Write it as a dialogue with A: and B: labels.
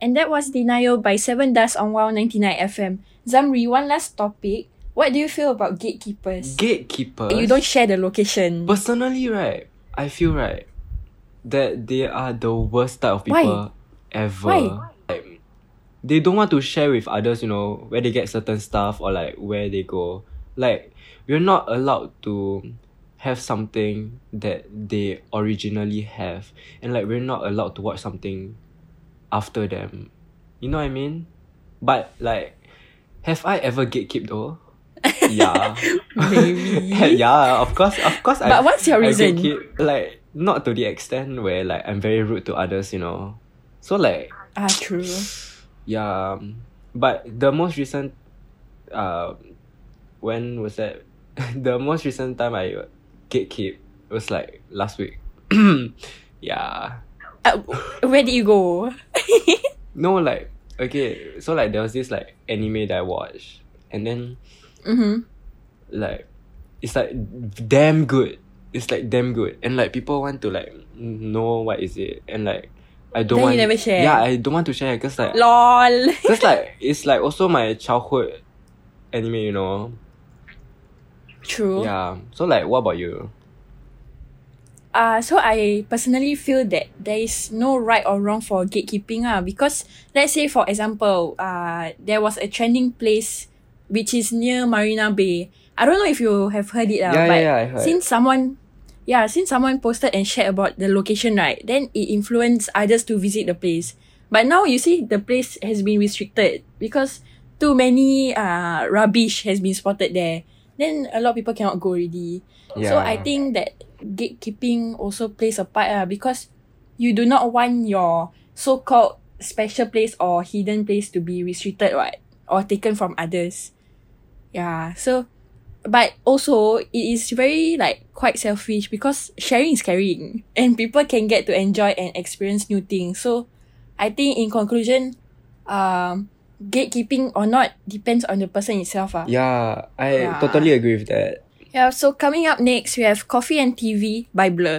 A: And that was Denial by Seven Dust on WOW 99 FM. Zamri, one last topic. What do you feel about gatekeepers?
B: Gatekeepers.
A: you don't share the location.
B: Personally, right, I feel right that they are the worst type of
A: Why?
B: people ever.
A: Why?
B: Like, they don't want to share with others, you know, where they get certain stuff or like where they go. Like, we're not allowed to have something that they originally have, and like we're not allowed to watch something after them. You know what I mean? But like, have I ever gatekeep though? Yeah.
A: Maybe.
B: yeah, of course, of course.
A: But what's your
B: I
A: reason?
B: gatekeep, like not to the extent where like I'm very rude to others, you know. So like
A: ah, true.
B: yeah, um, but the most recent, uh, when was that? the most recent time I gatekeep was like last week. yeah.
A: Uh, where did you go?
B: No, like okay. So like there was this like anime that I watched, and then
A: Mm-hmm.
B: like it's like damn good it's like damn good and like people want to like know what is it and like i don't
A: Then
B: want
A: you never share.
B: yeah i don't want to share because like
A: LOL.
B: because like it's like also my childhood anime you know
A: True.
B: yeah so like what about you
A: Uh, so I personally feel that there is no right or wrong for gatekeeping ah, because let's say for example, uh, there was a trending place which is near Marina Bay. I don't know if you have heard it ah,
B: yeah
A: but
B: yeah, yeah i heard
A: since someone yeah, since someone posted and shared about the location right, then it influenced others to visit the place. But now you see the place has been restricted because too many uh rubbish has been spotted there. Then a lot of people cannot go already.
B: yeah.
A: So I think that gatekeeping also plays a part uh, because you do not want your so-called special place or hidden place to be restricted right? or taken from others. Yeah. So but also it is very like quite selfish because sharing is caring and people can get to enjoy and experience new things. So I think in conclusion, um gatekeeping or not depends on the person itself. ah.
B: yeah i
A: Yeah.
B: totally agree with that
A: Yeah, so coming up next, we have Coffee and TV by Blur.